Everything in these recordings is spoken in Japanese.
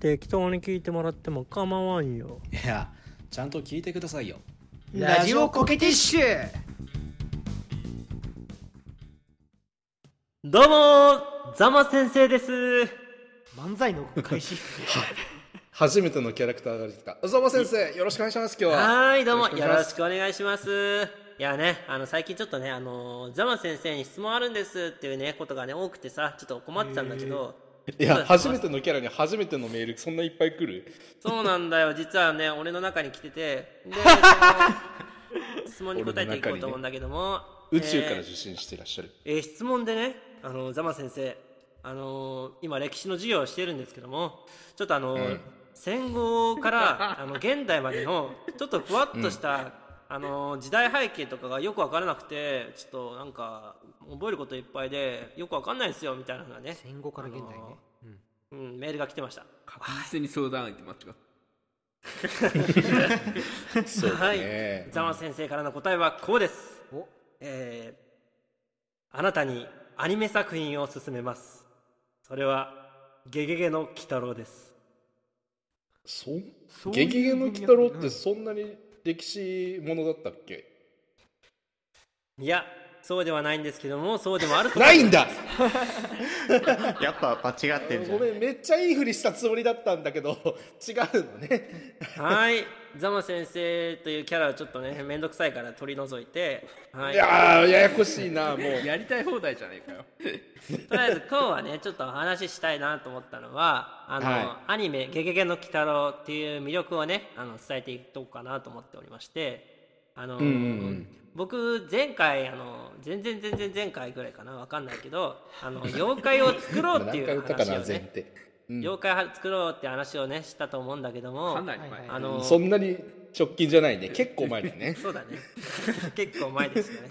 適当に聞いてもらっても構わんよいやちゃんと聞いてくださいよラジオコケティッシュどうもーザマ先生です漫才の開始初めてのキャラクターが出てきた。宇沢先生、よろしくお願いします、今日は。はーいどうもよよろろししくお願いしますいやねあの最近ちょっとねあのーザマ先生に質問あるんですっていうねことがね多くてさちょっと困ってたんだけどいや、初めてのキャラに初めてのメール、そんないっぱい来るそうなんだよ実はね俺の中に来てて でその質問に答えていこうと思うんだけども、宇宙からえー受信していらっしゃる。えー質問でねあのザマ先生あのー今歴史の授業をしてるんですけどもちょっとあのー戦後か らあの現代までのちょっとふわっとした、あのー時代背景とかがよく分からなくてちょっとなんか覚えることいっぱいでよく分かんないんですよみたいなのがね、戦後から現代ねうん、メールが来てました確実に相談相手間違ったそうだはいね。ザマ先生からの答えはこうですおえーあなたにアニメ作品を勧めますそれはゲゲゲの鬼太郎ですそそうういうゲゲゲの鬼太郎ってそんなに歴史ものだったっけいやそうではないんですけどもそうでもあるとないんだやっぱ間違ってんじごゃんめん、めっちゃいいふりしたつもりだったんだけど、 違うのね。はいザマ先生というキャラはちょっとね面倒くさいから取り除いて、はいい、やー、ややこしいな、もう。やりたい放題じゃないかよとりあえず今日はねちょっとお話ししたいなと思ったのはあの、はアニメ「ゲゲゲの鬼太郎」っていう魅力をねあの伝えていこうかなと思っておりましてあの、僕前回あの全然全然前回ぐらいかなわかんないけどあの妖怪を作ろうって何い回う歌か話 な、を前ね提。うん妖怪は作ろうって話をねしたと思うんだけどもかなり前あのそんなに直近じゃないね。結構前だね。そうだね 結構前です よね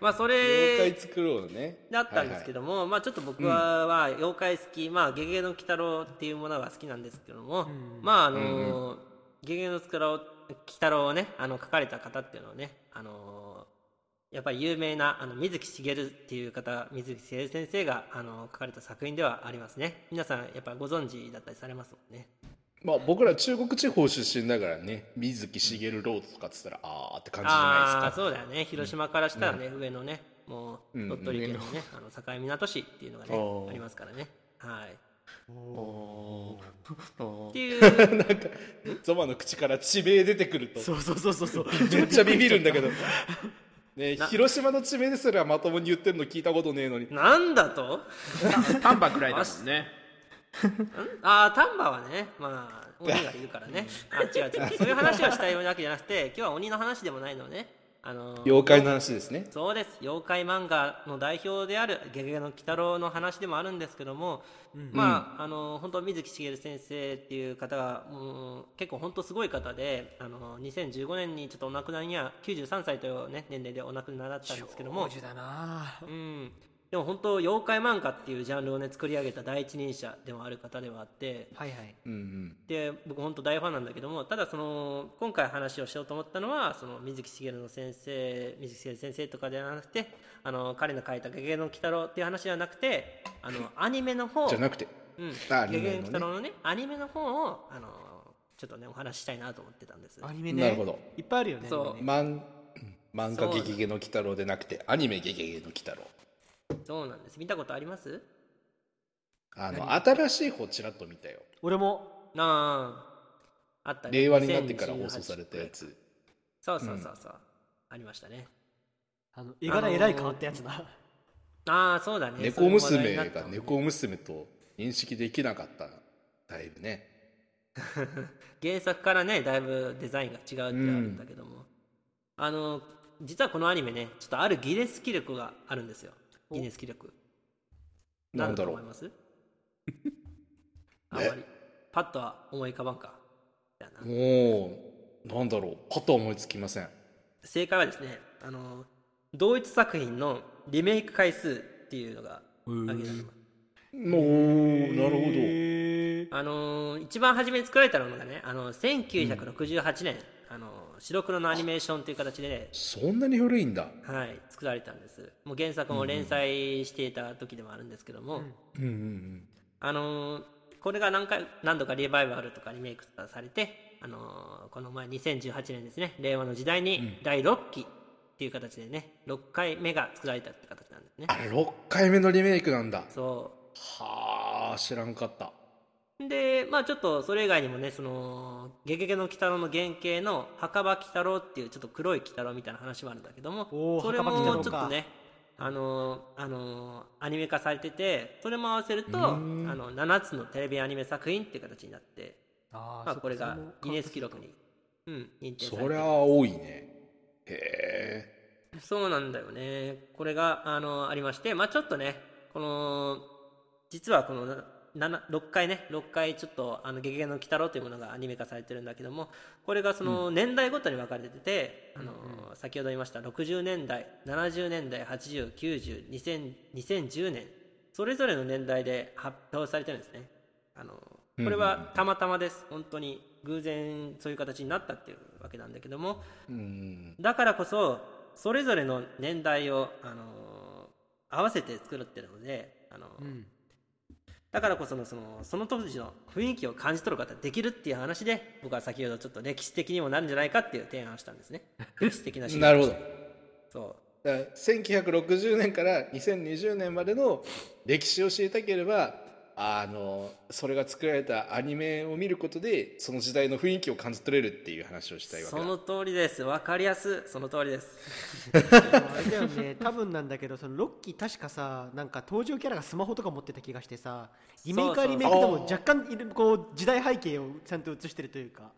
まあそれ妖怪作ろうね。だったんですけど。ども、まあちょっと僕は、は妖怪好き、まあ、ゲゲゲの鬼太郎っていうものが好きなんですけども、まああのーゲゲゲの鬼太郎鬼太郎をねあの書かれた方っていうのをね、あのーやっぱり有名なあの水木しげるっていう方水木しげる先生が、あの書かれた作品ではありますね皆さんやっぱご存知だったりされますもんねまあ僕ら中国地方出身だからね、水木しげるロードとかっつったら、あーって感じじゃないああですか。そうだよね広島からしたらね、上のねもううん鳥取県のね、あの境港市っていうのがねおーありますからねはいおーおっーていうゾマの口から地名出てくると、そうそうそうそうそうめっちゃビビるんだけど。ね、広島の地名ですらまともに言ってるの聞いたことねえのに。なんだと丹波くらいだもんねああ丹波はねまあ鬼がいるからねあ違う違うそういう話をしたいわけじゃなくて今日は鬼の話でもないのねあのー妖怪の話ですね。そうです妖怪漫画の代表である「ゲゲゲの鬼太郎」の話でもあるんですけども、まああの本当水木しげる先生っていう方がもう結構本当すごい方であの2015年にちょっとお亡くなりには93歳という、ね、年齢でお亡くなりになったんですけども長寿だなうん、でも本当妖怪漫画っていうジャンルをね作り上げた第一人者でもある方ではあってはいはいうんうん。で僕本当大ファンなんだけどもただその今回話をしようと思ったのはその水木しげるの先生水木しげる先生とかではなくてあの彼の書いた「ゲゲゲの鬼太郎」っていう話ではなくてあのアニメの方じゃなくて。うんあアゲニメのねゲゲの鬼太郎のねアニメの方をあのちょっとねお話ししたいなと思ってたんですアニメねなるほどいっぱいあるよねそうでもね漫漫そう画ゲゲゲの鬼太郎でなくて、アニメゲゲゲの鬼太郎。そうなんです見たことありますあの、新しい方ちらっと見たよ。俺もなああったね令和になってから放送されたやつ。そうそうそうそう、ありましたねあの絵柄えらい変わったやつだああそうだね猫娘そういう話題にながったもんね猫娘と認識できなかっただいぶね原作からねだいぶデザインが違うってあるんだけども、あの実はこのアニメねちょっとあるギネス記録があるんですよギネス記録なんだとろ思いうますあんまりパッとは思い浮かばんかだなもうなんだろうパッとは思いつきません正解はですねあの同一作品のリメイク回数っていうのが挙げられますおーなるあのー一番初めに作られたのがねあの1968年、あの白黒のアニメーションという形で、ねほどそんなに古いんだはい、作られたんですもう原作も連載していた時でもあるんですけども、うんうんあのーこれが何回何度かリバイバルとかリメイクされて、あのーこの前2018年ですね令和の時代に第6期っていう形でね6回目が作られたって形なんですねあれ6回目のリメイクなんだそはあ知らんかったうでまあちょっとそれ以外にもねその「ゲゲゲの鬼太郎」の原型の墓場鬼太郎っていうちょっと黒い鬼太郎みたいな話もあるんだけどおもーそれも墓場鬼ち太ょっ郎とかねあのーあのーアニメ化されててそれも合わせるとあの7つのテレビアニメ作品っていう形になってあまあ、これがギネス記録録に、うん、認定さそれてりゃるあ多いねへそうなんだよねこれがあのありまして、まあ、ちょっとねこの実はこの6回ね6回ちょっと「あのゲゲゲの鬼太郎」というものがアニメ化されてるんだけどもこれがその年代ごとに分かれてて、あの先ほど言いました60年代70年代80902010年それぞれの年代で発表されてるんですねあのこれはたまたまです本当に偶然そういう形になったっていうわけなんだけども、えうんだからこそそれぞれの年代を、あのー合わせて作るってるので、あのーだからこそのそのその当時の雰囲気を感じ取ることができるっていう話で僕は先ほどちょっと歴史的にもなるんじゃないかっていう提案をした んですね歴史的な資料なるほどそだから1960年から2020年までの歴史を知りたければあのそれが作られたアニメを見ることでその時代の雰囲気を感じ取れるっていう話をしうたいわけそだの通りです分かりやすいその通りですあれだよね 多分なんだけどそのロッキー確かさなんか登場キャラがスマホとか持ってた気がしてさリメイクはリメイクでも若干いるこう時代背景をちゃんと映してるというか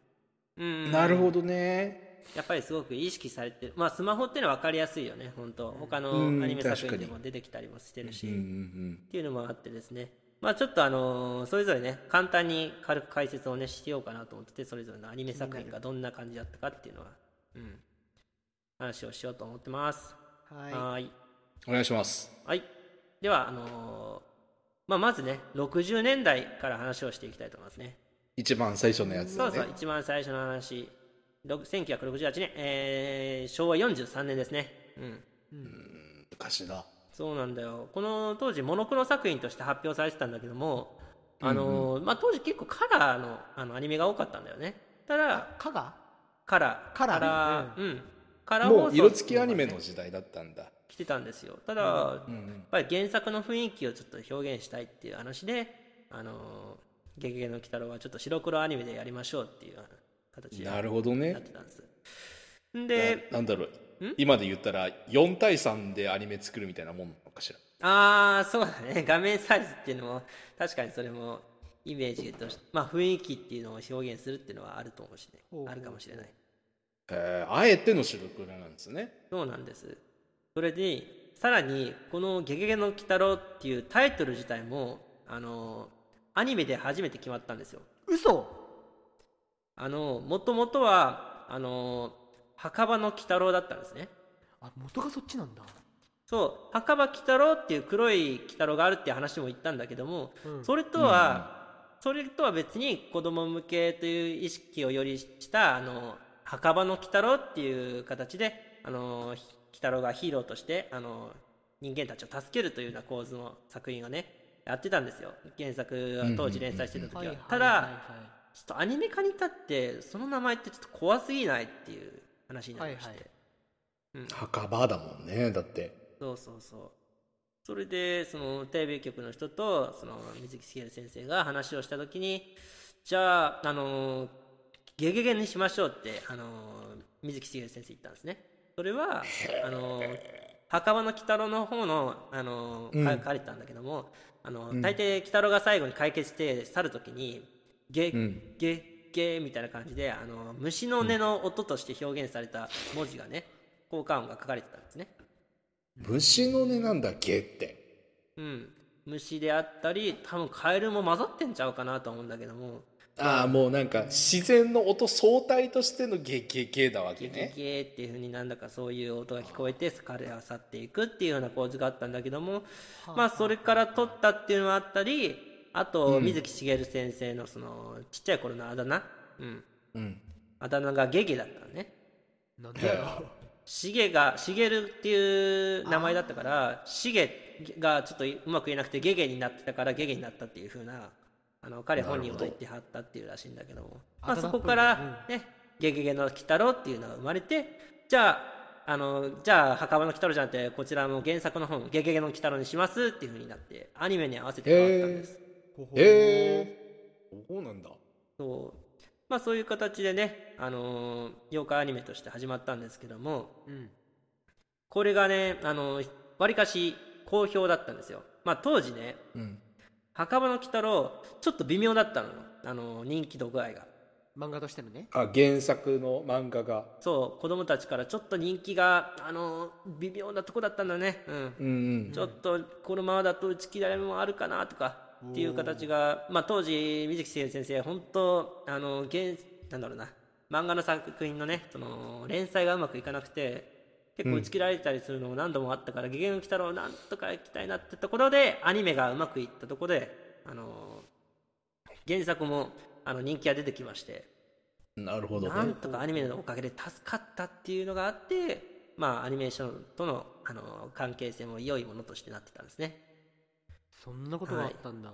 うんなるほどねやっぱりすごく意識されてるまあスマホっていうのは分かりやすいよね本当他のうんアニメ作確か品にでも出てきたりもしてるし、うんうんっていうのもあってですねまあちょっとあのーそれぞれね簡単に軽く解説をねしようかなと思っててそれぞれのアニメ作品がどんな感じだったかっていうのは、うん、話をしようと思ってますはいはーいお願いしますはいではあのーまあ、まずね60年代から話をしていきたいと思いますね一番最初のやつそだうそうね一番最初の話ろく1968年、えー昭和43年ですねうん昔だそうなんだよこの当時モノクロ作品として発表されてたんだけどもあのーまあ、当時結構カラーのあのアニメが多かったんだよねただかがカラーカラーー、うん、カラーもう色き付きアニメの時代だったんだ来てたんですよただ、うんうやっんぱり原作の雰囲気をちょっと表現したいっていう話で「あのーゲゲゲの鬼太郎」はちょっと白黒アニメでやりましょうっていう形でなやるほどねってたんですでななんだろう今で言ったら4対3でアニメ作るみたいなもんなのかしらああそうだね 画面サイズっていうのも確かにそれもイメージとしてまあ雰囲気っていうのを表現するっていうのはあると思うしねほうほうあるかもしれないえーあえての白黒なんですねそうなんですそれでさらにこの「ゲゲゲの鬼太郎」っていうタイトル自体もあのアニメで初めて決まったんですよ嘘あのもともとはあの墓場の鬼太郎だったんですねあ元がそっちなんだそう墓場鬼太郎っていう黒い鬼太郎があるっていう話も言ったんだけども、うんそれとは、それとは別に子供向けという意識をよりしたあの墓場の鬼太郎っていう形であのひ鬼太郎がヒーローとしてあの人間たちを助けるというような構図の作品をねやってたんですよ原作は当時連載してた時は,、はいはいただ、だちょっとアニメ化に至ってその名前ってちょっと怖すぎないっていう話になりまして、はいはい墓場だもんねだってそうそうそうそれでそのテレビ局の人とその水木しげる先生が話をした時にじゃああのーゲゲゲにしましょうってあのー水木しげる先生言ったんですねそれはあのー墓場の鬼太郎の方のあのーうんか書かれてたんだけどもあのー大抵鬼太郎が最後に解決して去る時にゲんゲゲみたいな感じであのー虫の音の音として表現された文字がね効果音が書かれてたんですね虫の音なんだっけってうん、虫であったり多分カエルも混ざってんちゃうかなと思うんだけどもああもうなんか自然の音総体としてのゲゲゲだわけゲゲねゲっていう風になんだかそういう音が聞こえて彼は去っていくっていうような構図があったんだけどもまあそれから撮ったっていうのはあったりあと水木しげる先生のそのちっちゃい頃のあだ名、うん、うんあだ名がゲゲだったのねなんでやろうしげがしげるっていう名前だったからしげがちょっとうまく言えなくてゲゲになってたからゲゲになったっていう風なあの彼本人は言ってはったっていうらしいんだけどもまあ、頭そっぽいこからね「ゲゲゲの鬼太郎」っていうのが生まれてじゃああのじゃあ「袴の鬼太郎」じゃなくてこちらも原作の本「ゲゲゲの鬼太郎」にしますっていうふうになってアニメに合わせて変わったんです、えー、そうなんだそうまあそういう形でね、あのー妖怪アニメとして始まったんですけども、うんこれがね、あのー、わりかし好評だったんですよ。まあ当時ね、うん墓場の鬼太郎、ちょっと微妙だったのよ。あのー人気度具合が。漫画としてのねあ原作の漫画がそう、子供たちからちょっと人気が、あのー微妙なとこだったんだね。うん。うんうんちょっとこのままだと打ち切られもあるかなとかっていう形が、まあ、当時水木先生本当あの現なんだろうな漫画の作品のねその連載がうまくいかなくて結構打ち切られたりするのも何度もあったから「ゲゲゲの鬼太郎」なんとか行きたいなってところでアニメがうまくいったところであの原作もあの人気が出てきましてなるほどなんねとかアニメのおかげで助かったっていうのがあって、まあ、アニメーションとのあの関係性も良いものとしてなってたんですね。そんなことがあったんだ、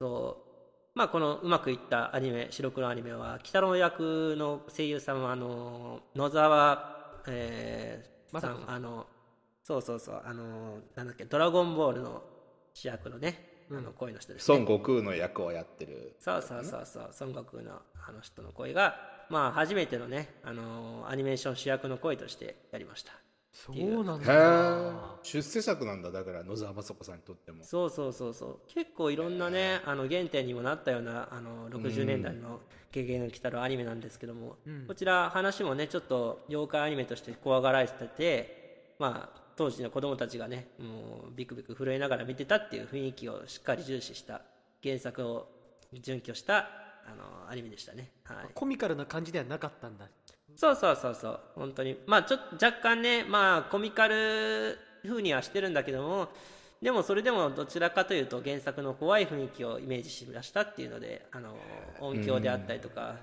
そうまあ、このうまくいったアニメ白黒アニメは鬼太郎役の声優さんはあの野沢、えー、さ雅ん子さんあのそうそうそうあのなんだっけ「ドラゴンボール」の主役のね、あの声の人ですね孫悟空の役をやってるそうそうそうそう孫悟空のあの人の声が、まあ、初めてのね、あのアニメーション主役の声としてやりましたそうなんへだえ出世作なんだだから野沢雅子さんにとってもそうそうそうそう結構いろんなねあの原点にもなったようなあの60年代の「ゲゲゲの鬼太郎」アニメなんですけども、こちら話もねちょっと妖怪アニメとして怖がられててまあ当時の子供たちがねもうビクビク震えながら見てたっていう雰囲気をしっかり重視した原作を準拠したあのアニメでしたね、はい、コミカルな感じではなかったんだそうそうそうそう本当にまあちょっと若干ねまあコミカル風にはしてるんだけどもでもそれでもどちらかというと原作の怖い雰囲気をイメージしましたっていうのであの音響であったりとか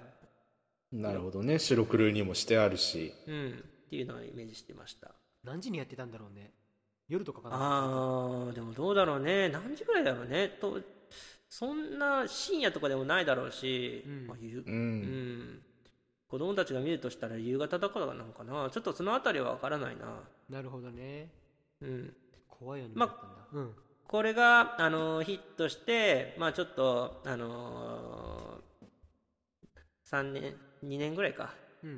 なるほどね白黒にもしてあるしうん、っていうのをイメージしてました何時にやってたんだろうね夜とかかなあーでもどうだろうね何時ぐらいだろうねとそんな深夜とかでもないだろうし、うんまあゆうん、うん、子供たちが見るとしたら夕方だからなのかなちょっとその辺りは分からないななるほどねうん怖いようになったんだ、うんこれが、あのヒットして、まあ、ちょっと、あの3年2年ぐらいかうん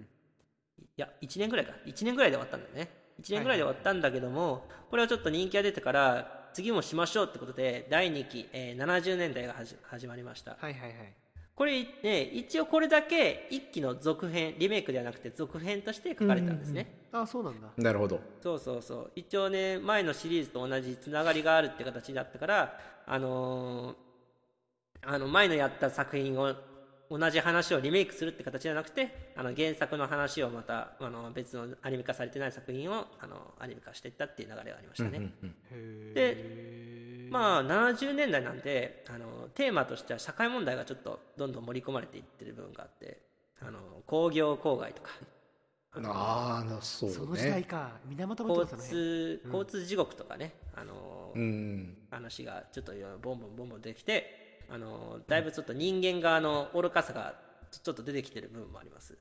いや1年ぐらいか1年ぐらいで終わったんだよね1年ぐらいで終わったんだけども、これはちょっと人気が出てから次もしましょうってことで第2期、えー70年代がはじ始まりましはたいはいはいこれ、ね、一応これだけ1期の続編リメイクではなくて続編として書かれたんですね、ああそうなんだなるほどそうそうそう一応ね前のシリーズと同じつながりがあるって形だったからあのーあの前のやった作品を同じ話をリメイクするって形じゃなくてあの原作の話をまたあの別のアニメ化されてない作品をあのアニメ化していったっていう流れがありましたね、でまあ70年代なんであのテーマとしては社会問題がちょっとどんどん盛り込まれていってる部分があってあの工業郊外とかああそうねその時代か源が交通その辺通交通地獄とかね、あのーうん話がちょっといろいろボンボンボンボンできて、あのだいぶちょっと人間側の愚かさがちょちょっと出てきてる部分もあります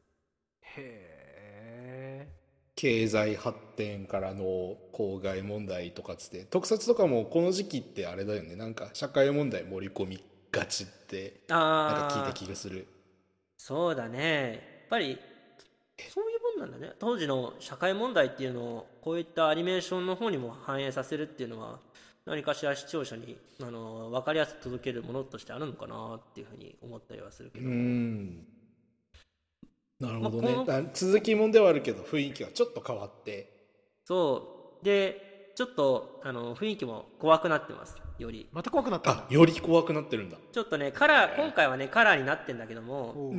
へ経済発展からの公害問題とかつって特撮とかもこの時期ってあれだよねなんか社会問題盛り込みがちってなんあか聞いあた気がするそうだねやっぱりそういうもんなんだね当時の社会問題っていうのをこういったアニメーションの方にも反映させるっていうのは何かしら視聴者に、あの分かりやすく届けるものとしてあるのかなっていうふうに思ったりはするけうど、んなるほどまねあこあ続きもんではあるけど雰囲気がちょっと変わってそうでちょっとあの雰囲気も怖くなってますよりまた怖くなったんあだより怖くなってるんだちょっとねカラー今回はねカラーになってんだけどもおううんうんう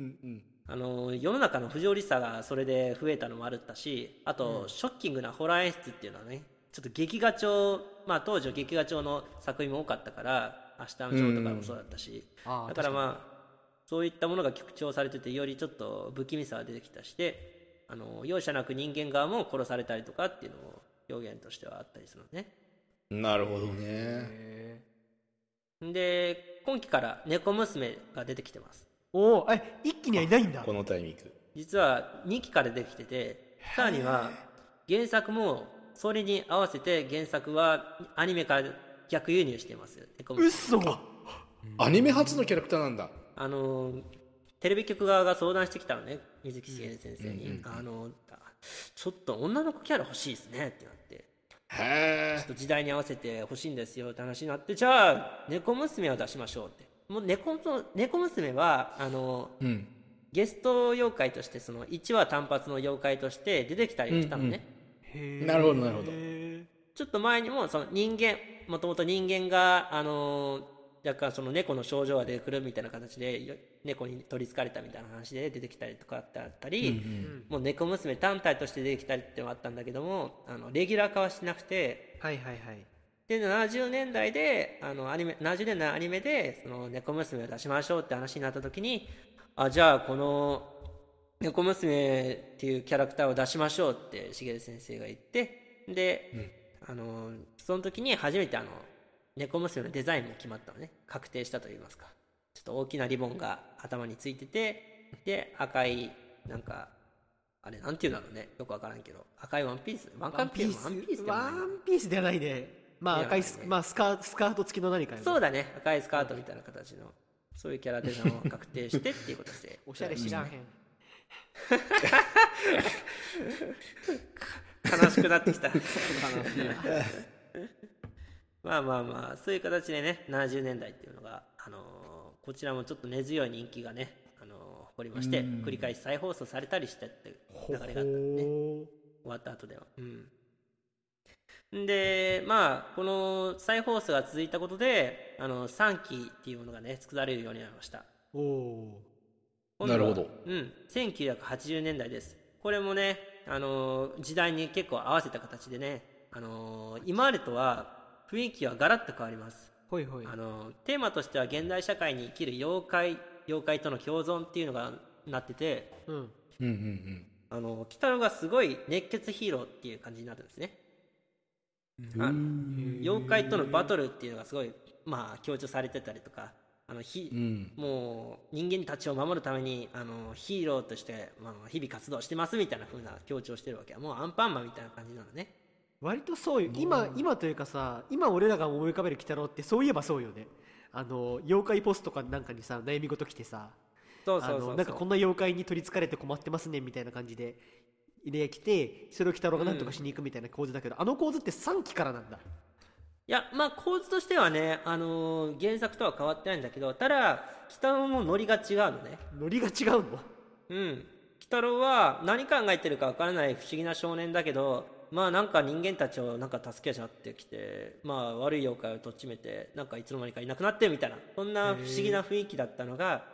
んうんあの世の中の不条理さがそれで増えたのもあるったしあと、ショッキングなホラー演出っていうのはねちょっと劇画調まあ当時は劇画調の作品も多かったから「明日のジョー」とかもそうだったし、ああだからまあそういったものが曲調されててよりちょっと不気味さが出てきたしてあの容赦なく人間側も殺されたりとかっていうのも表現としてはあったりするのね。なるほどね。で今期から猫娘が出てきてますおおえ一気にはいないんだこのタイミング実は2期から出てきててさらには原作もそれに合わせて原作はアニメから逆輸入してます猫娘うっそアニメ初のキャラクターなんだあのテレビ局側が相談してきたのね水木しげる先生に、あのちょっと女の子キャラ欲しいですねってなってへちょっと時代に合わせて欲しいんですよって話になってじゃあ猫娘を出しましょうってもう猫の猫娘はあのえうんゲスト妖怪としてその1話単発の妖怪として出てきたりしたのね、うんうんなるほどなるほどちょっと前にもその人間もともと人間が、あのー若干その猫の症状が出てくるみたいな形でよ猫に取りつかれたみたいな話で出てきたりとかってあったり、もう猫娘単体として出てきたりってのがあったんだけどもあのレギュラー化はしてなくてはいはいはいで70年代であのアニメ70年代のアニメでその猫娘を出しましょうって話になった時にあじゃあこの猫娘っていうキャラクターを出しましょうってしげる先生が言ってで、あのその時に初めてあの猫娘のデザインも決まったのね確定したといいますかちょっと大きなリボンが頭についててで赤いなんかあれなんていうんだろうねよくわからんけど赤いワンピースワンカンピースワンピースでもワないなンピースではないねまあではな赤いいねス,、まあ、スカスカート付きの何かよそうだね赤いスカートみたいな形のそういうキャラデザインを確定してっていうことでおしゃれ知らんへん悲しくなってきたまあまあまあそういう形でね70年代っていうのが、あのーこちらもちょっと根強い人気がね、あのー誇りまして繰り返し再放送されたりしたっていう流れがあったおんでねー終わった後ではうんでまあこの再放送が続いたことであの3期っていうものがね作られるようになりましたお今度はなるほどうん、1980年代ですこれもね、あのー時代に結構合わせた形でね、あのー今までとは雰囲気はガラッと変わります、ーほいほいあのーテーマとしては現代社会に生きる妖怪妖怪との共存っていうのがなってて、うんうんうんうんあのー、北野がすごい熱血ヒーローっていう感じになってるんですね、あ妖怪とのバトルっていうのがすごい、まあ、強調されてたりとかあのひ、うんもう人間たちを守るためにあのヒーローとして、まあ、日々活動してますみたいな風な強調してるわけもうアンパンマンみたいな感じなのね割とそうよ今今というかさ今俺らが思い浮かべる鬼太郎ってそういえばそうよねあの妖怪ポストかなんかにさ悩み事来てさそうあそうそうそのうなんかこんな妖怪に取りつかれて困ってますねみたいな感じでで来てそれを鬼太郎がなんとかしに行くみたいな構図だけど、あの構図って3期からなんだいやまあ構図としてはね、あのー原作とは変わってないんだけどただ北野のノリが違うのねノリが違うのうん鬼太郎は何考えてるかわからない不思議な少年だけどまあなんか人間たちをなんか助けちゃってきてまあ悪い妖怪をとっちめてなんかいつの間にかいなくなってみたいなそんな不思議な雰囲気だったのが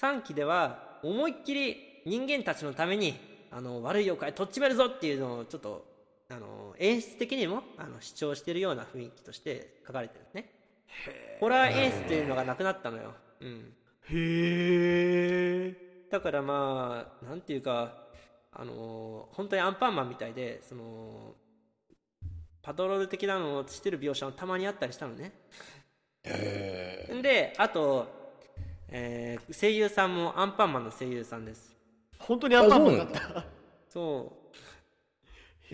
3期では思いっきり人間たちのためにあの悪い妖怪とっちめるぞっていうのをちょっとあの演出的にもあの主張してるような雰囲気として書かれてるねホラー演出っていうのがなくなったのようんへえだからまあなんていうかあのー本当にアンパンマンみたいでそのパトロール的なのをしてる描写もたまにあったりしたのねであと、えー声優さんもアンパンマンの声優さんです本当にアンパンマンだったそう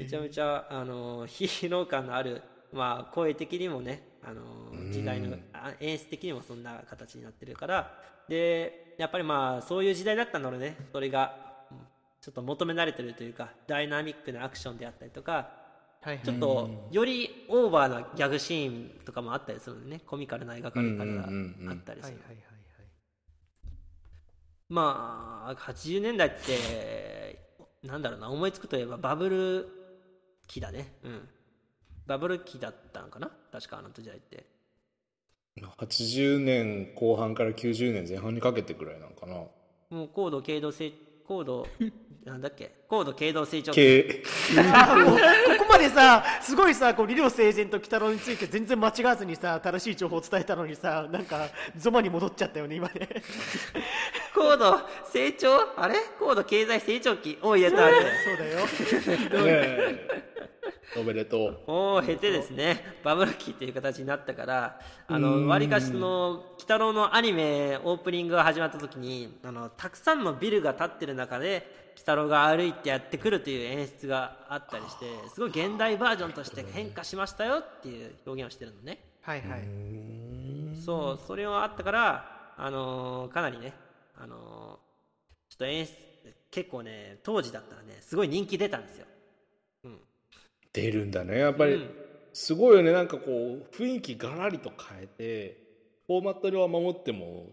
めちゃめちゃあのーヒーロー感のあるまあ声的にもねあのー時代のあ演出的にもそんな形になってるからでやっぱりまあそういう時代だったのでねそれがうんちょっと求められてるというかダイナミックなアクションであったりとかはいはいちょっとよりオーバーなギャグシーンとかもあったりするのでねコミカルな描かれ方があったりはすいはいるはいまあ80年代ってなんだろうな思いつくといえばバブル期だねうんバブル期だったのかな確かあの時代って80年後半から90年前半にかけてくらいなのかなもう高度経動成高度 なんだっけ高度経動成長期経はいここまでさすごいさこう理路整然と鬼太郎について全然間違わずにさ正しい情報を伝えたのにさなんかゾマに戻っちゃったよね今ね高度成長あれ高度経済成長期おいやったあれそうだよ営おめでとう。おお経てですねバブル期っていう形になったからあのわりかしその「鬼太郎」のアニメオープニングが始まった時にあのたくさんのビルが建ってる中で鬼太郎が歩いてやってくるという演出があったりしてすごい現代バージョンとして変化しましたよっていう表現をしてるのねはいはいそうそれはあったからあのーかなりねあのーちょっと演出結構ね当時だったらねすごい人気出たんですよ出るんだねやっぱり、うんすごいよねなんかこう雰囲気がらりと変えてフォーマットは守っても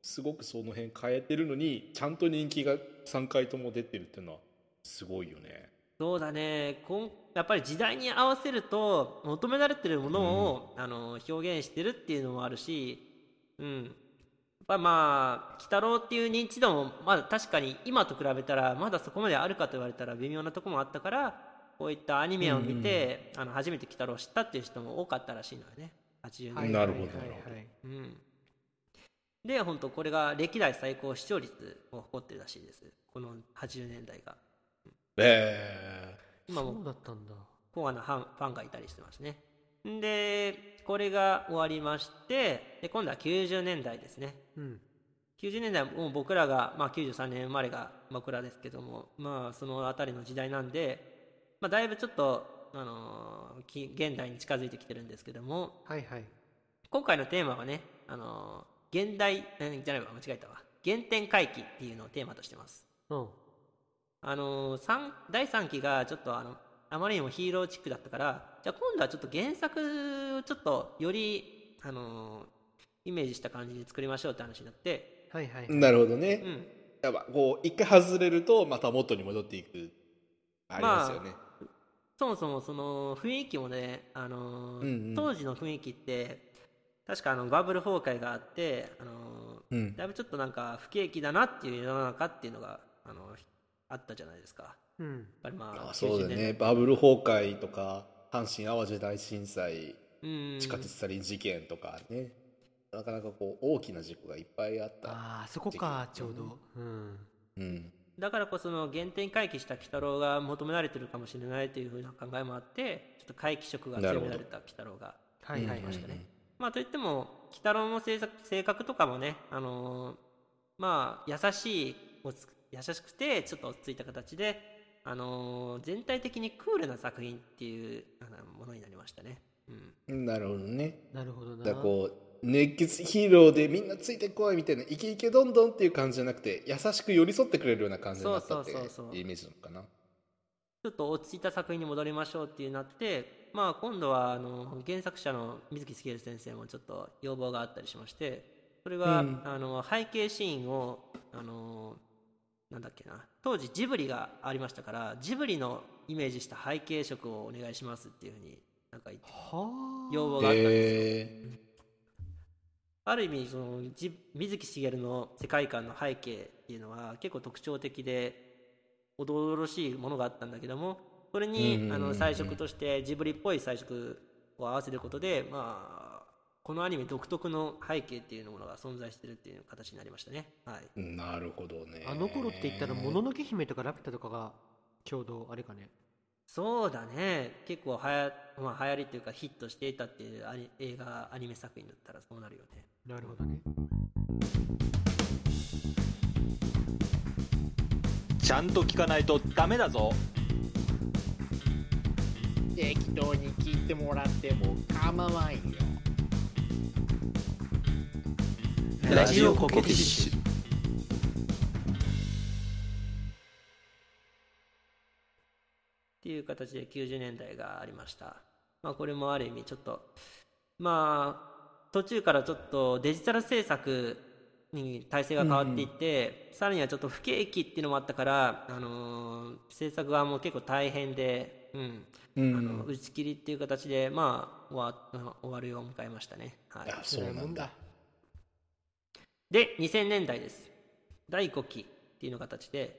すごくその辺変えてるのにちゃんと人気が3回とも出てるっていうのはすごいよねそうだねこんやっぱり時代に合わせると求められてるものを、あの表現してるっていうのもあるし、うん、やっぱまあ鬼太郎っていう認知度もまだ確かに今と比べたらまだそこまであるかと言われたら微妙なとこもあったからこういったアニメを見て、あの初めて鬼太郎を知ったっていう人も多かったらしいのよね80年はいなるほどはいはいうん、で本当これが歴代最高視聴率を誇ってるらしいですこの80年代がえ今もそうだったんだコアなファンファンがいたりしてますね。んで、これが終わりまして、で今度は90年代ですね。うん90年代はもう僕らが、まあ、93年生まれが僕らですけども、まあ、そのあたりの時代なんで、まあ、だいぶちょっと、あのーき現代に近づいてきてるんですけども、はいはい今回のテーマはね、あのー現代、えじゃないわ、間違えたわ。原点回帰っていうのをテーマとしてます。うんあのー、三第3期がちょっとあのあまりにもヒーローチックだったからじゃあ今度はちょっと原作をちょっとより、あのーイメージした感じで作りましょうって話になって、はいはいなるほどね、うん、やっぱこう一回外れるとまた元に戻っていくありますよね、そもそもその雰囲気もね、あのーうんうん当時の雰囲気って確かあのバブル崩壊があって、あのうーんだいぶちょっとなんか不景気だなっていう世の中っていうのが、あのあったじゃないですか。やっうんぱりまああそうだ90ね年バブル崩壊とか阪神・淡路大震災うん地下鉄サリン事件とかね、なかなかこう大きな事故がいっぱいあった、ああそこかちょうどうんうん、だからこその原点回帰した鬼太郎が求められてるかもしれないというふうな考えもあってちょっと回帰色が強められた鬼太郎がはいはい出はまいしたね。まあといっても鬼太郎の性格性格とかもね、あのーまあ優しいおつ優しくてちょっと落ち着いた形で、あのー全体的にクールな作品っていうあのものになりましたね。うん、なるほどねなるほどなだからこう熱血ヒーローでみんなついてこいみたいなイケイケどんどんっていう感じじゃなくて優しく寄り添ってくれるような感じになったってそうそうそうそうイメージなのかなちょっと落ち着いた作品に戻りましょうっていうなって、まあ、今度はあの原作者の水木しげる先生もちょっと要望があったりしましてそれが、うんあの背景シーンをあのなんだっけな当時ジブリがありましたからジブリのイメージした背景色をお願いしますっていうふうになんか言ってはあ要望があったんですよ。へえある意味そのじ水木しげるの世界観の背景っていうのは結構特徴的でおどろしいものがあったんだけどもそれうんうんにうんあの彩色としてジブリっぽい彩色を合わせることでまあこのアニメ独特の背景っていうものが存在してるっていう形になりましたね。はい、なるほどねあの頃って言ったら「もののけ姫」とか「ラピュタ」とかがちょうどあれかねそうだね結構はや、まあ、流行りっていうかヒットしていたっていうアニ映画アニメ作品だったらそうなるよね。なるほどねちゃんと聞かないとダメだぞ適当に聞いてもらっても構わんよラジオコケティッシュっていう形で90年代がありました、まあ、これもある意味ちょっとまあ途中からちょっとデジタル政策に体制が変わっていって、さらにはちょっと不景気っていうのもあったから、あのー政策はもう結構大変で、うんうんあの打ち切りっていう形で、まあ、終わ あの終わりを迎えましたね、はい、あそうなんだで2000年代です第5期っていうの形で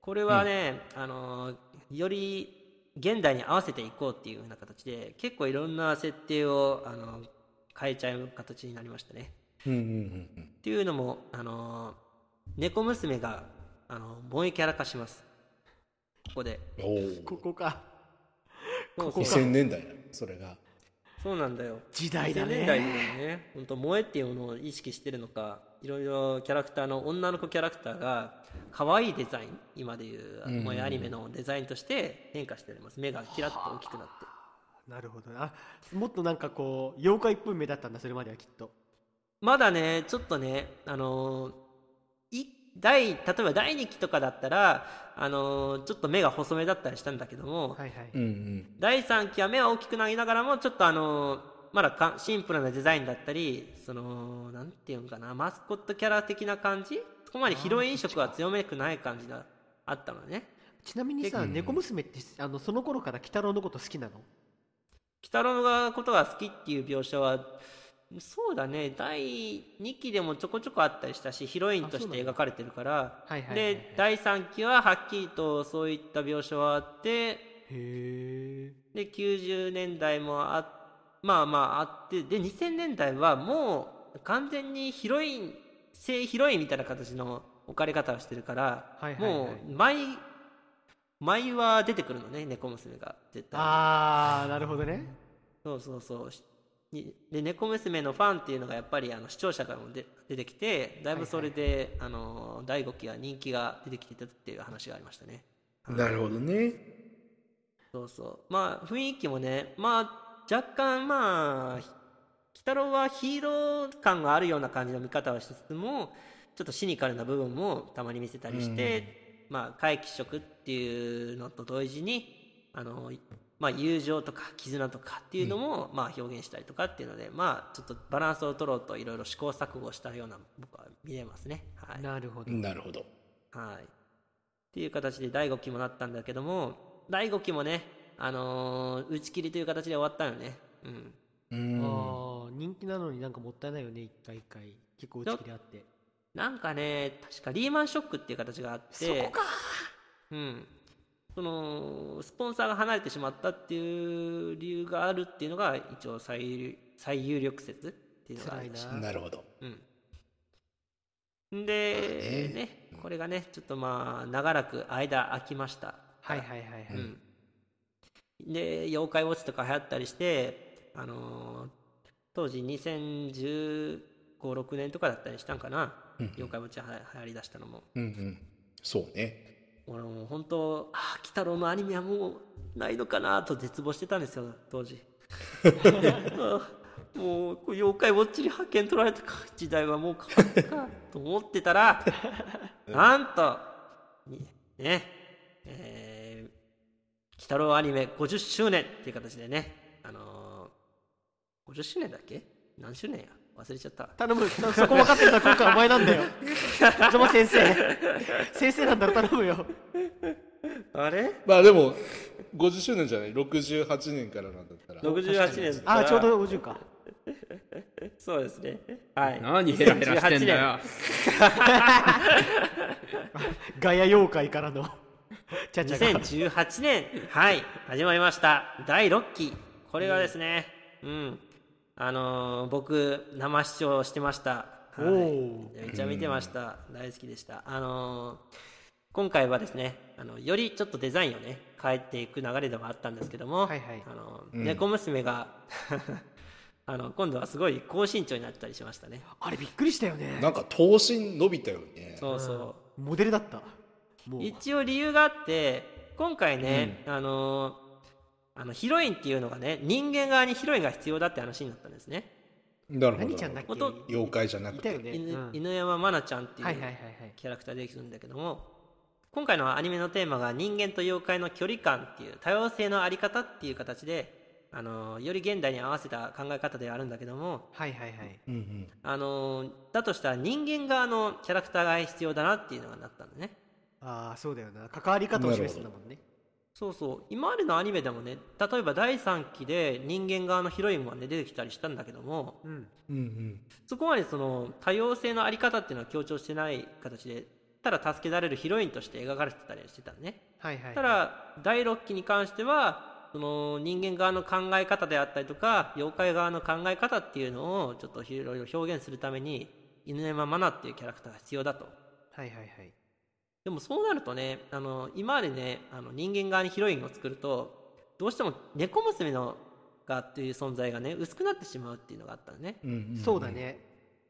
これはね、あのーより現代に合わせていこうっていうような形で結構いろんな設定を、あのー変えちゃう形になりましたねうんうんうんっていうのも、あのー猫娘が、あのー萌えキャラ化しますここでうんおおここかそうそう2000年代だそれがそうなんだよ時代だ2000年代ねだよね本当萌えっていうものを意識してるのかいろいろキャラクターの女の子キャラクターが可愛いデザイン今でいううん萌えアニメのデザインとして変化しております目がキラッと大きくなってなるほどなあもっとなんかこう妖怪っぽい目だったんだそれまではきっとまだねちょっとねあのーい第例えば第2期とかだったらあのーちょっと目が細めだったりしたんだけども、はいはい、うんうん第3期は目は大きくなりながらもちょっとあのーまだかシンプルなデザインだったりそのなんていうのかなマスコットキャラ的な感じそこまでヒロイン色は強めくない感じがあったのねちなみにさ結構猫娘ってあのその頃から鬼太郎のこと好きなの鬼太郎のことが好きっていう描写はそうだね第2期でもちょこちょこあったりしたしヒロインとして描かれてるからはいはいはいはいで第3期ははっきりとそういった描写はあってへえで90年代もあまあまああってで2000年代はもう完全にヒロイン正ヒロインみたいな形の置かれ方をしてるから、はいはいはいもう毎毎は出てくるのね猫娘が絶対にああなるほどねそうそうそうしにで猫娘のファンっていうのがやっぱりあの視聴者からもで出てきてだいぶそれで、あの第5期は人気が出てきてたっていう話がありましたねなるほどねそうそうまあ雰囲気もねまあ若干まあひ鬼太郎はヒーロー感があるような感じの見方をしつつもちょっとシニカルな部分もたまに見せたりして、まあ皆既食っていうのと同時にあの、まあ、友情とか絆とかっていうのも、まあ表現したりとかっていうのでまあちょっとバランスを取ろうといろいろ試行錯誤したような僕は見れますね。はい、なるほどなるほどはい。っていう形で第5期もなったんだけども、第5期もね、あのー打ち切りという形で終わったよね。うん。うんあー人気なのになんかもったいないよね一回一回結構打ち切りあってなんかね、確かリーマンショックっていう形があって、そこかうん。その、スポンサーが離れてしまったっていう理由があるっていうのが、一応最有最有力説っていうのがあ辛るいらなしいなるほどうん。で、ね、これがね、ちょっとまあ、長らく間空きました。はいはいはいはい、うん、で妖怪ウォッチとか流行ったりして、あのー当時2015、6年とかだったりしたんかな、妖怪ウォッチはや流行りだしたのも。うんうんそうね俺もう本当、ああ、鬼太郎のアニメはもうないのかなと絶望してたんですよ、当時。 ああもうこう妖怪ウォッチに派遣取られたか時代はもう変わったかと思ってた ら、なんと、にね、えー、鬼太郎アニメ50周年っていう形でね、あのー、50周年だっけ何周年や忘れちゃった。頼むそこ分かってるのは今回はお前なん だよ風間先生先生なんだろ頼むよあれまあでも50周年じゃない68年からなんだったら ?68 年だからああちょうど50かそうですね。はい。何ヘラヘラしてんだよ。ガヤ妖怪からのちゃちゃが2018年はい始まりました第6期これがですねうん、あのー僕生視聴してました、はい、めちゃ見てました大好きでしたあのー今回はですねあのよりちょっとデザインをね変えていく流れではあったんですけども、はいはいあの猫娘が あの今度はすごい高身長になったりしましたねあれびっくりしたよねなんか頭身伸びたよねそうそう、モデルだったもう一応理由があって今回ね、あのあのヒロインっていうのがね人間側にヒロインが必要だって話になったんですね、なるほど何ちゃんだっけ元妖怪じゃないくたてよね、犬うん犬山愛菜ちゃんっていうはいはいはいはいキャラクターできるんだけども今回のアニメのテーマが人間と妖怪の距離感っていう多様性のあり方っていう形で、あのより現代に合わせた考え方ではあるんだけども、はいはいはいうんうんあのだとしたら人間側のキャラクターが必要だなっていうのがなったんだねああそうだよな関わり方を示すんだもんねそうそう今までのアニメでもね例えば第3期で人間側のヒロインも、ね、出てきたりしたんだけどもうんうんうんそこまでその多様性のあり方っていうのは強調してない形でただ助けられるヒロインとして描かれてたりしてたのねはいはいはいただ第6期に関してはその人間側の考え方であったりとか妖怪側の考え方っていうのをちょっといろいろ表現するために犬山マナっていうキャラクターが必要だとはいはいはいでもそうなるとね、あの今までね、あの人間側にヒロインを作ると、どうしても猫娘のがっていう存在がね薄くなってしまうっていうのがあったのねうんうんそうだね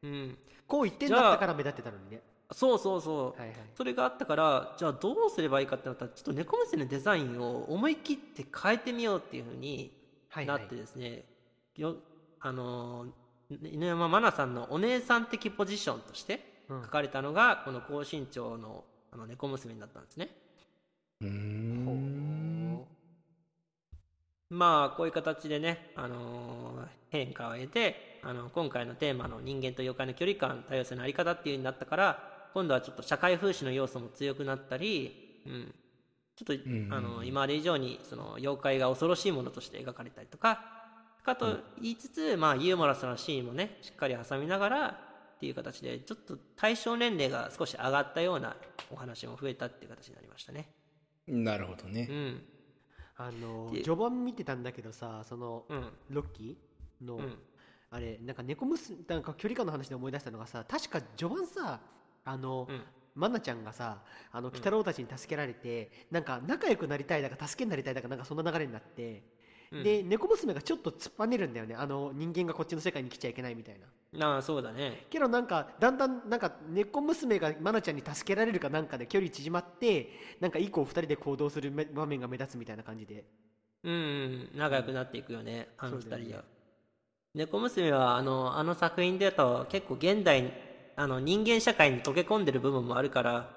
うんこう言ってんだったから目立ってたのにねそうそうそう、はいはいそれがあったからじゃあどうすればいいかってなったらちょっと猫娘のデザインを思い切って変えてみようっていうふうにはいなはっいてですね、よあのー犬山真奈さんのお姉さん的ポジションとしてうん書かれたのが、この高身長のあの猫娘になったんですね。うーんまあこういう形でね、あのー変化を得てあの今回のテーマの人間と妖怪の距離感多様性のあり方っていうようになったから今度はちょっと社会風刺の要素も強くなったり、うん、ちょっうと、んあの今まで以上にその妖怪が恐ろしいものとして描かれたりとかかと言いつつ、まあ、ユーモラスなシーンもねしっかり挟みながらっていう形でちょっと対象年齢が少し上がったようなお話も増えたっていう形になりましたね。なるほどねう。ん、あので序盤見てたんだけどさそのうん、ロッキーの、うんあれなんか猫娘なんか距離感の話で思い出したのがさ確か序盤さあの、うんマナちゃんがさあの鬼太郎たちに助けられて、なんか仲良くなりたいだか助けになりたいだかなんかそんな流れになって、うんで猫娘がちょっと突っぱねるんだよねあの人間がこっちの世界に来ちゃいけないみたいななあそうだねけどなんかだんだんなんか猫娘がマナちゃんに助けられるかなんかで距離縮まってなんか以降二人で行動するめ場面が目立つみたいな感じでうんうん仲良くなっていくよね、あの二そうだよね人は猫娘はあのあの作品だと結構現代あの人間社会に溶け込んでる部分もあるから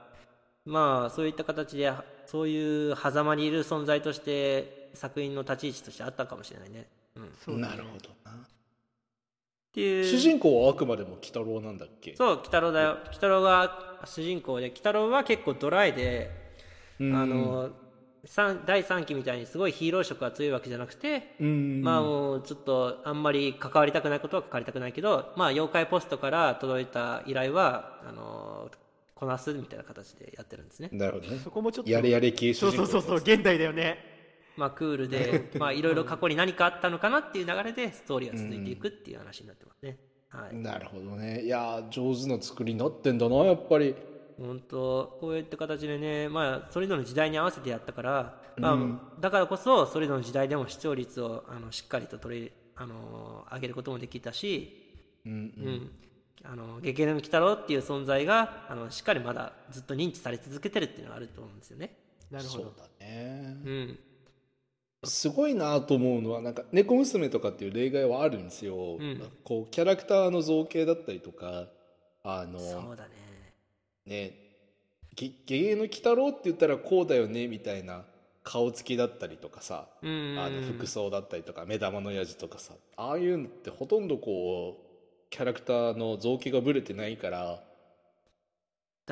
まあそういった形でそういう狭間にいる存在として作品の立ち位置としてあったかもしれないね、うん、っそうだねなるほどな。ていう主人公はあくまでも鬼太郎なんだっけそう鬼太郎だよ鬼太郎が主人公で鬼太郎は結構ドライでうんあの三第3期みたいにすごいヒーロー色が強いわけじゃなくてうんまあもうちょっとあんまり関わりたくないことは関わりたくないけど、まあ妖怪ポストから届いた依頼は、あのーこなすみたいな形でやってるんですね。なるほどね。そこもちょっとやれやれ系主そう人そ公うそうそう現代だよねまあクールで、 まあいろいろ過去に何かあったのかなっていう流れでストーリーが続いていくっていう話になってますね。はい。なるほどね。いやー上手な作りになってんだなやっぱり。本当こういった形でね、まあそれぞれの時代に合わせてやったから、まあ、だからこそそれぞれの時代でも視聴率をあのしっかりと取り、あのー上げることもできたし、うんうん、あの「ゲゲゲの鬼太郎」っていう存在があのしっかりまだずっと認知され続けてるっていうのがあると思うんですよね。なるほそどうだね。うん、すごいなと思うのはなんか猫娘とかっていう例外はあるんですよ。んこうキャラクターの造形だったりとかあのそうだね。ね「げゲゲの鬼太郎」って言ったらこうだよねみたいな顔つきだったりとかさ、うん、あの服装だったりとか目玉のやじとかさああいうのってほとんどこうキャラクターの造形がぶれてないから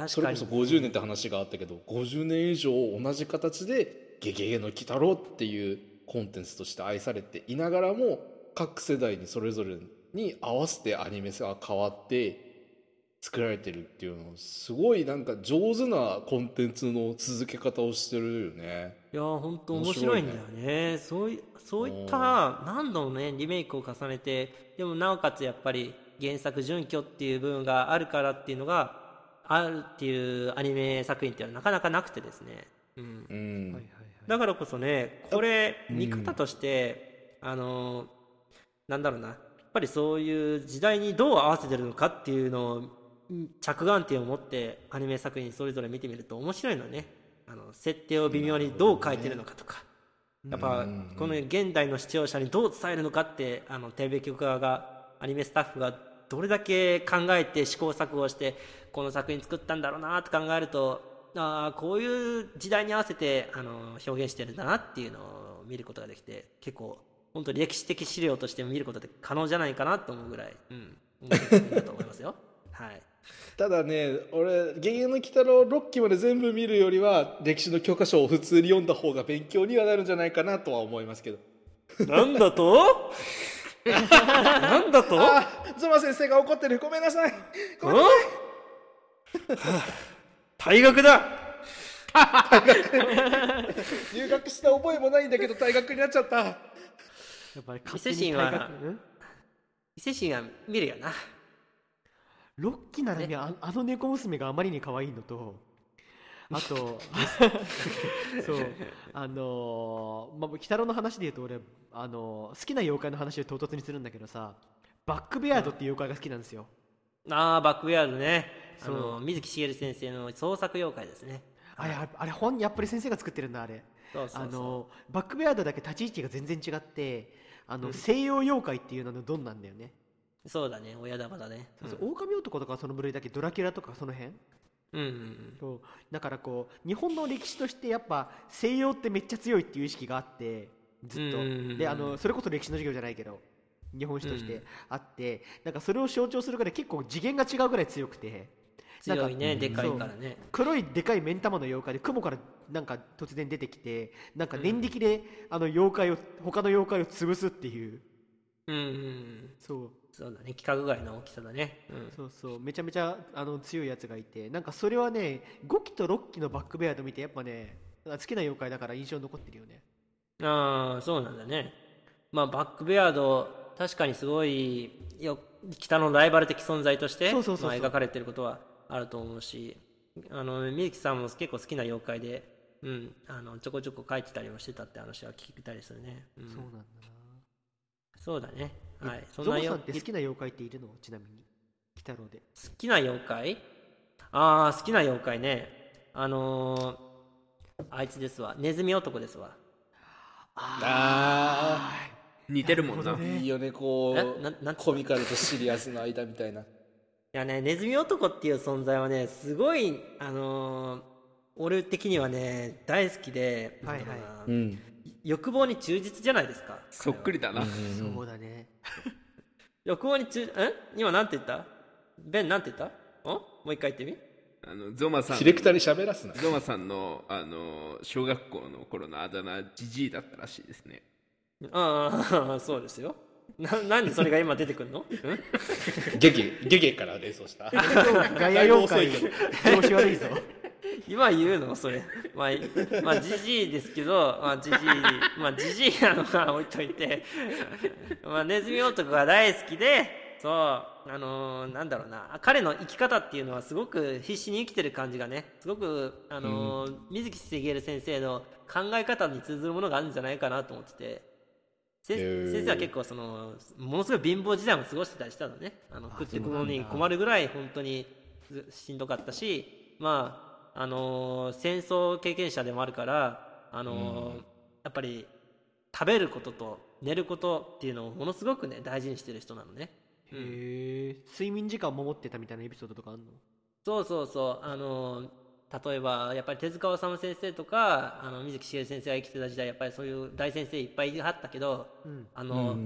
そ確れかこにそ50年って話があったけど50年以上同じ形で「ゲゲゲの鬼太郎」っていうコンテンツとして愛されていながらも各世代にそれぞれに合わせてアニメが変わって作られてるっていうのすごいなんか上手なコンテンツの続け方をしてるよね。いや本当面白いんだよねそういそういった何度もねリメイクを重ねてでもなおかつやっぱり原作準拠っていう部分があるからっていうのがあるっていうアニメ作品っていうのはなかなかなくてですね、うん、うんはいはいはいだからこそねこれうん見方として、あのなんだろうなやっぱりそういう時代にどう合わせてるのかっていうのをうん着眼点を持ってアニメ作品それぞれ見てみると面白いのねあの設定を微妙にどう変えてるのかとか、やっぱこの現代の視聴者にどう伝えるのかってあのテレビ局側がアニメスタッフがどれだけ考えて試行錯誤してこの作品作ったんだろうなと考えるとあーこういう時代に合わせてあの表現してるんだなっていうのを見ることができて結構本当に歴史的資料として見ることって可能じゃないかなと思うぐらい、うん、面白いだと思いますよ。はい、ただね俺「ゲゲの鬼太郎」6期まで全部見るよりは歴史の教科書を普通に読んだ方が勉強にはなるんじゃないかなとは思いますけどなんだとなんだとあゾマ先生が怒ってるごめんなさいごめんなさい退学だ留学した覚えもないんだけど退学になっちゃったやっぱり伊勢神は勝手に退学うん伊勢神は見るよな。 ロッキーならねああの猫娘があまりに可愛いのとあとそうあのーまあ鬼太郎の話で言うと俺あのー好きな妖怪の話を唐突にするんだけどさバックベアードっていう妖怪が好きなんですよ、ああバックヤードねあその水木しげる先生の創作妖怪ですねあれあれ本やっぱり先生が作ってるんだあれそうそうそうあのバックベアードだけ立ち位置が全然違ってあの、西洋妖怪っていうののドンなんだよね、そうだね親玉だねそうそう狼男とかはその部類だけどドラキュラとかその辺うんうんうんそうだからこう日本の歴史としてやっぱ西洋ってめっちゃ強いっていう意識があってずっうんうんうんとであのそれこそ歴史の授業じゃないけど日本史としてあって、なんかそれを象徴するぐらい結構次元が違うぐらい強くてなんか強いねでかいそうからね黒いでかい目ん玉の妖怪で雲からなんか突然出てきてなんか念力で、あの妖怪を他の妖怪を潰すっていううんうんうんそうそうだね規格外の大きさだねうんそうそうめちゃめちゃあの強いやつがいてなんかそれはね5期と6期のバックベアード見てやっぱね好きな妖怪だから印象に残ってるよねああそうなんだねまあバックベアード確かにすごいよ北のライバル的存在としてそうそうそうまあそう描かれてることはあると思うしあの水木さんも結構好きな妖怪で、うん、あのちょこちょこ描いてたりもしてたって話は聞いたりするね、うん、そうなんだそうだねな、はいゾそウさんなんよって好きな妖怪っているのちなみに鬼太郎で好きな妖怪ああ好きな妖怪ねあのーあいつですわネズミ男ですわあ似てるもんな。あいいよねこうなななんつったコミカルとシリアスの間みたいないやね、ネズミ男っていう存在はね、すごい、あのー俺的にはね、大好きで、はいなんだろうなうん欲望に忠実じゃないですか。そっくりだな。そうだね欲望に忠、ん今なんて言ったベンなんて言ったんもう一回言ってみあの、ゾマさん。ディレクターに喋らすなゾマさんの、あの、小学校の頃のあだ名、ジジイだったらしいですね。ああ、そうですよ。な、なんでそれが今出てくるのんゲゲゲゲから連想したガヤ妖怪調子悪いぞ今言うのそれ。まあ、いまあ、ジジイですけど、まあ、ジジイ、まあ、ジジイなのは置いといて、まあ、ネズミ男が大好きで、そう、あのーなんだろうな、彼の生き方っていうのはすごく必死に生きてる感じがね、すごく、あのー水木しげる先生の考え方に通ずるものがあるんじゃないかなと思ってて、せー先生は結構その、ものすごい貧乏時代も過ごしてたりしたのね。あの食ってくのに困るぐらい本当にずしんどかったし、まあ、あのー戦争経験者でもあるから、あのーやっぱり食べることと寝ることっていうのをものすごくね、大事にしてる人なのね。へえ睡眠時間を守ってたみたいなエピソードとかあんのそうそうそう、あの例えばやっぱり手塚治虫先生とかあの水木しげる先生が生きてた時代やっぱりそういう大先生いっぱいあったけど、うんあの、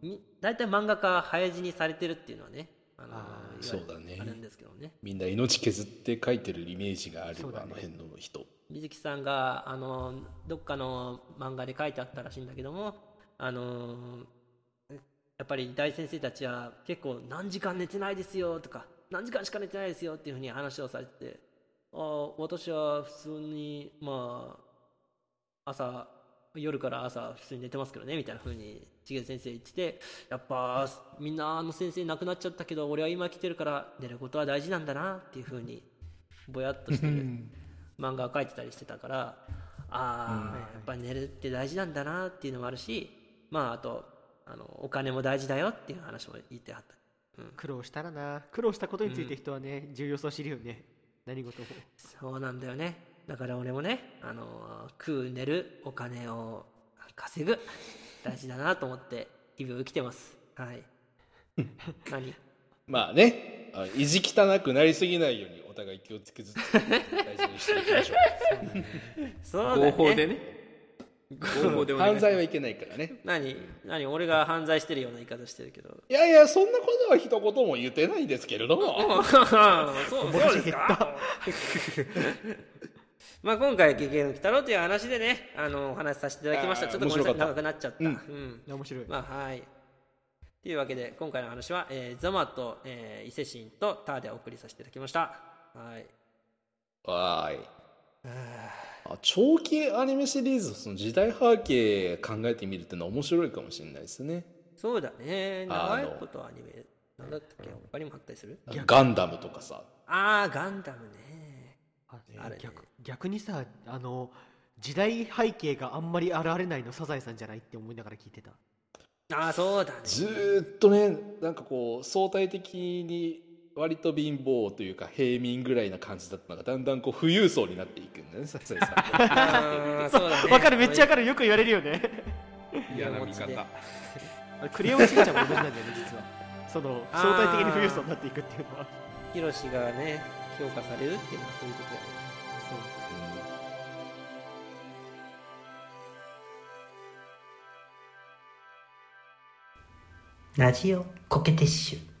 み大体漫画家早死にされてるっていうのはねあの言われそうだねあるんですけどねみんな命削って書いてるイメージがあるそうだねあの辺の人水木さんがあのどっかの漫画で書いてあったらしいんだけどもあのやっぱり大先生たちは結構何時間寝てないですよとか何時間しか寝てないですよっていうふうに話をされててあ私は普通にまあ朝夜から朝普通に寝てますけどねみたいなふうに茂先生言っててやっぱみんなあの先生亡くなっちゃったけど俺は今来てるから寝ることは大事なんだなっていうふうにぼやっとしてる漫画を描いてたりしてたからああ、やっぱ寝るって大事なんだなっていうのもあるしまああとあのお金も大事だよっていう話も言ってはった苦労したらな苦労したことについて人はね、重要さを知るよね何事もそうなんだよねだから俺もねあの食う寝るお金を稼ぐ大事だなと思って日々を生きてますはい何まあねあ意地汚くなりすぎないようにお互い気をつけつつ大事にしていきましょそうだ、ね、合法でね。合法でうお願犯いし罪ます。はいけないからね何何俺が犯罪してるような言い方してるけどいやいやそんなことは一言も言ってないですけれども そうそうですか まあ今回「ゲゲの鬼太郎」という話でねあのお話しさせていただきましたあーちょっとごめんなさい面白か長っくなっちゃった、うん面白いまあはい。というわけで今回の話は、えーゾマと、えー伊勢神とターでお送りさせていただきました。はい。わーいあ長期アニメシリーズその時代背景考えてみるってのは面白いかもしれないですねそうだね。あ長いことアニメなんだったっけ他にもあったりする？ガンダムとかさああガンダムね。あれね逆逆にさあの時代背景があんまり現れないのサザエさんじゃないって思いながら聞いてたああそうだねずーっとねなんかこう相対的に割と貧乏というか平民ぐらいな感じだったのがだんだんこう富裕層になっていくんだねサザエさんあーそうだねわかるめっちゃわかるよく言われるよね嫌な見方あれクレヨンしんちゃんも同じなんだよね実はそのあー相対的に富裕層になっていくっていうのはヒロシがね評価されるっていうのはそういうことだよねラジオコケティッシュ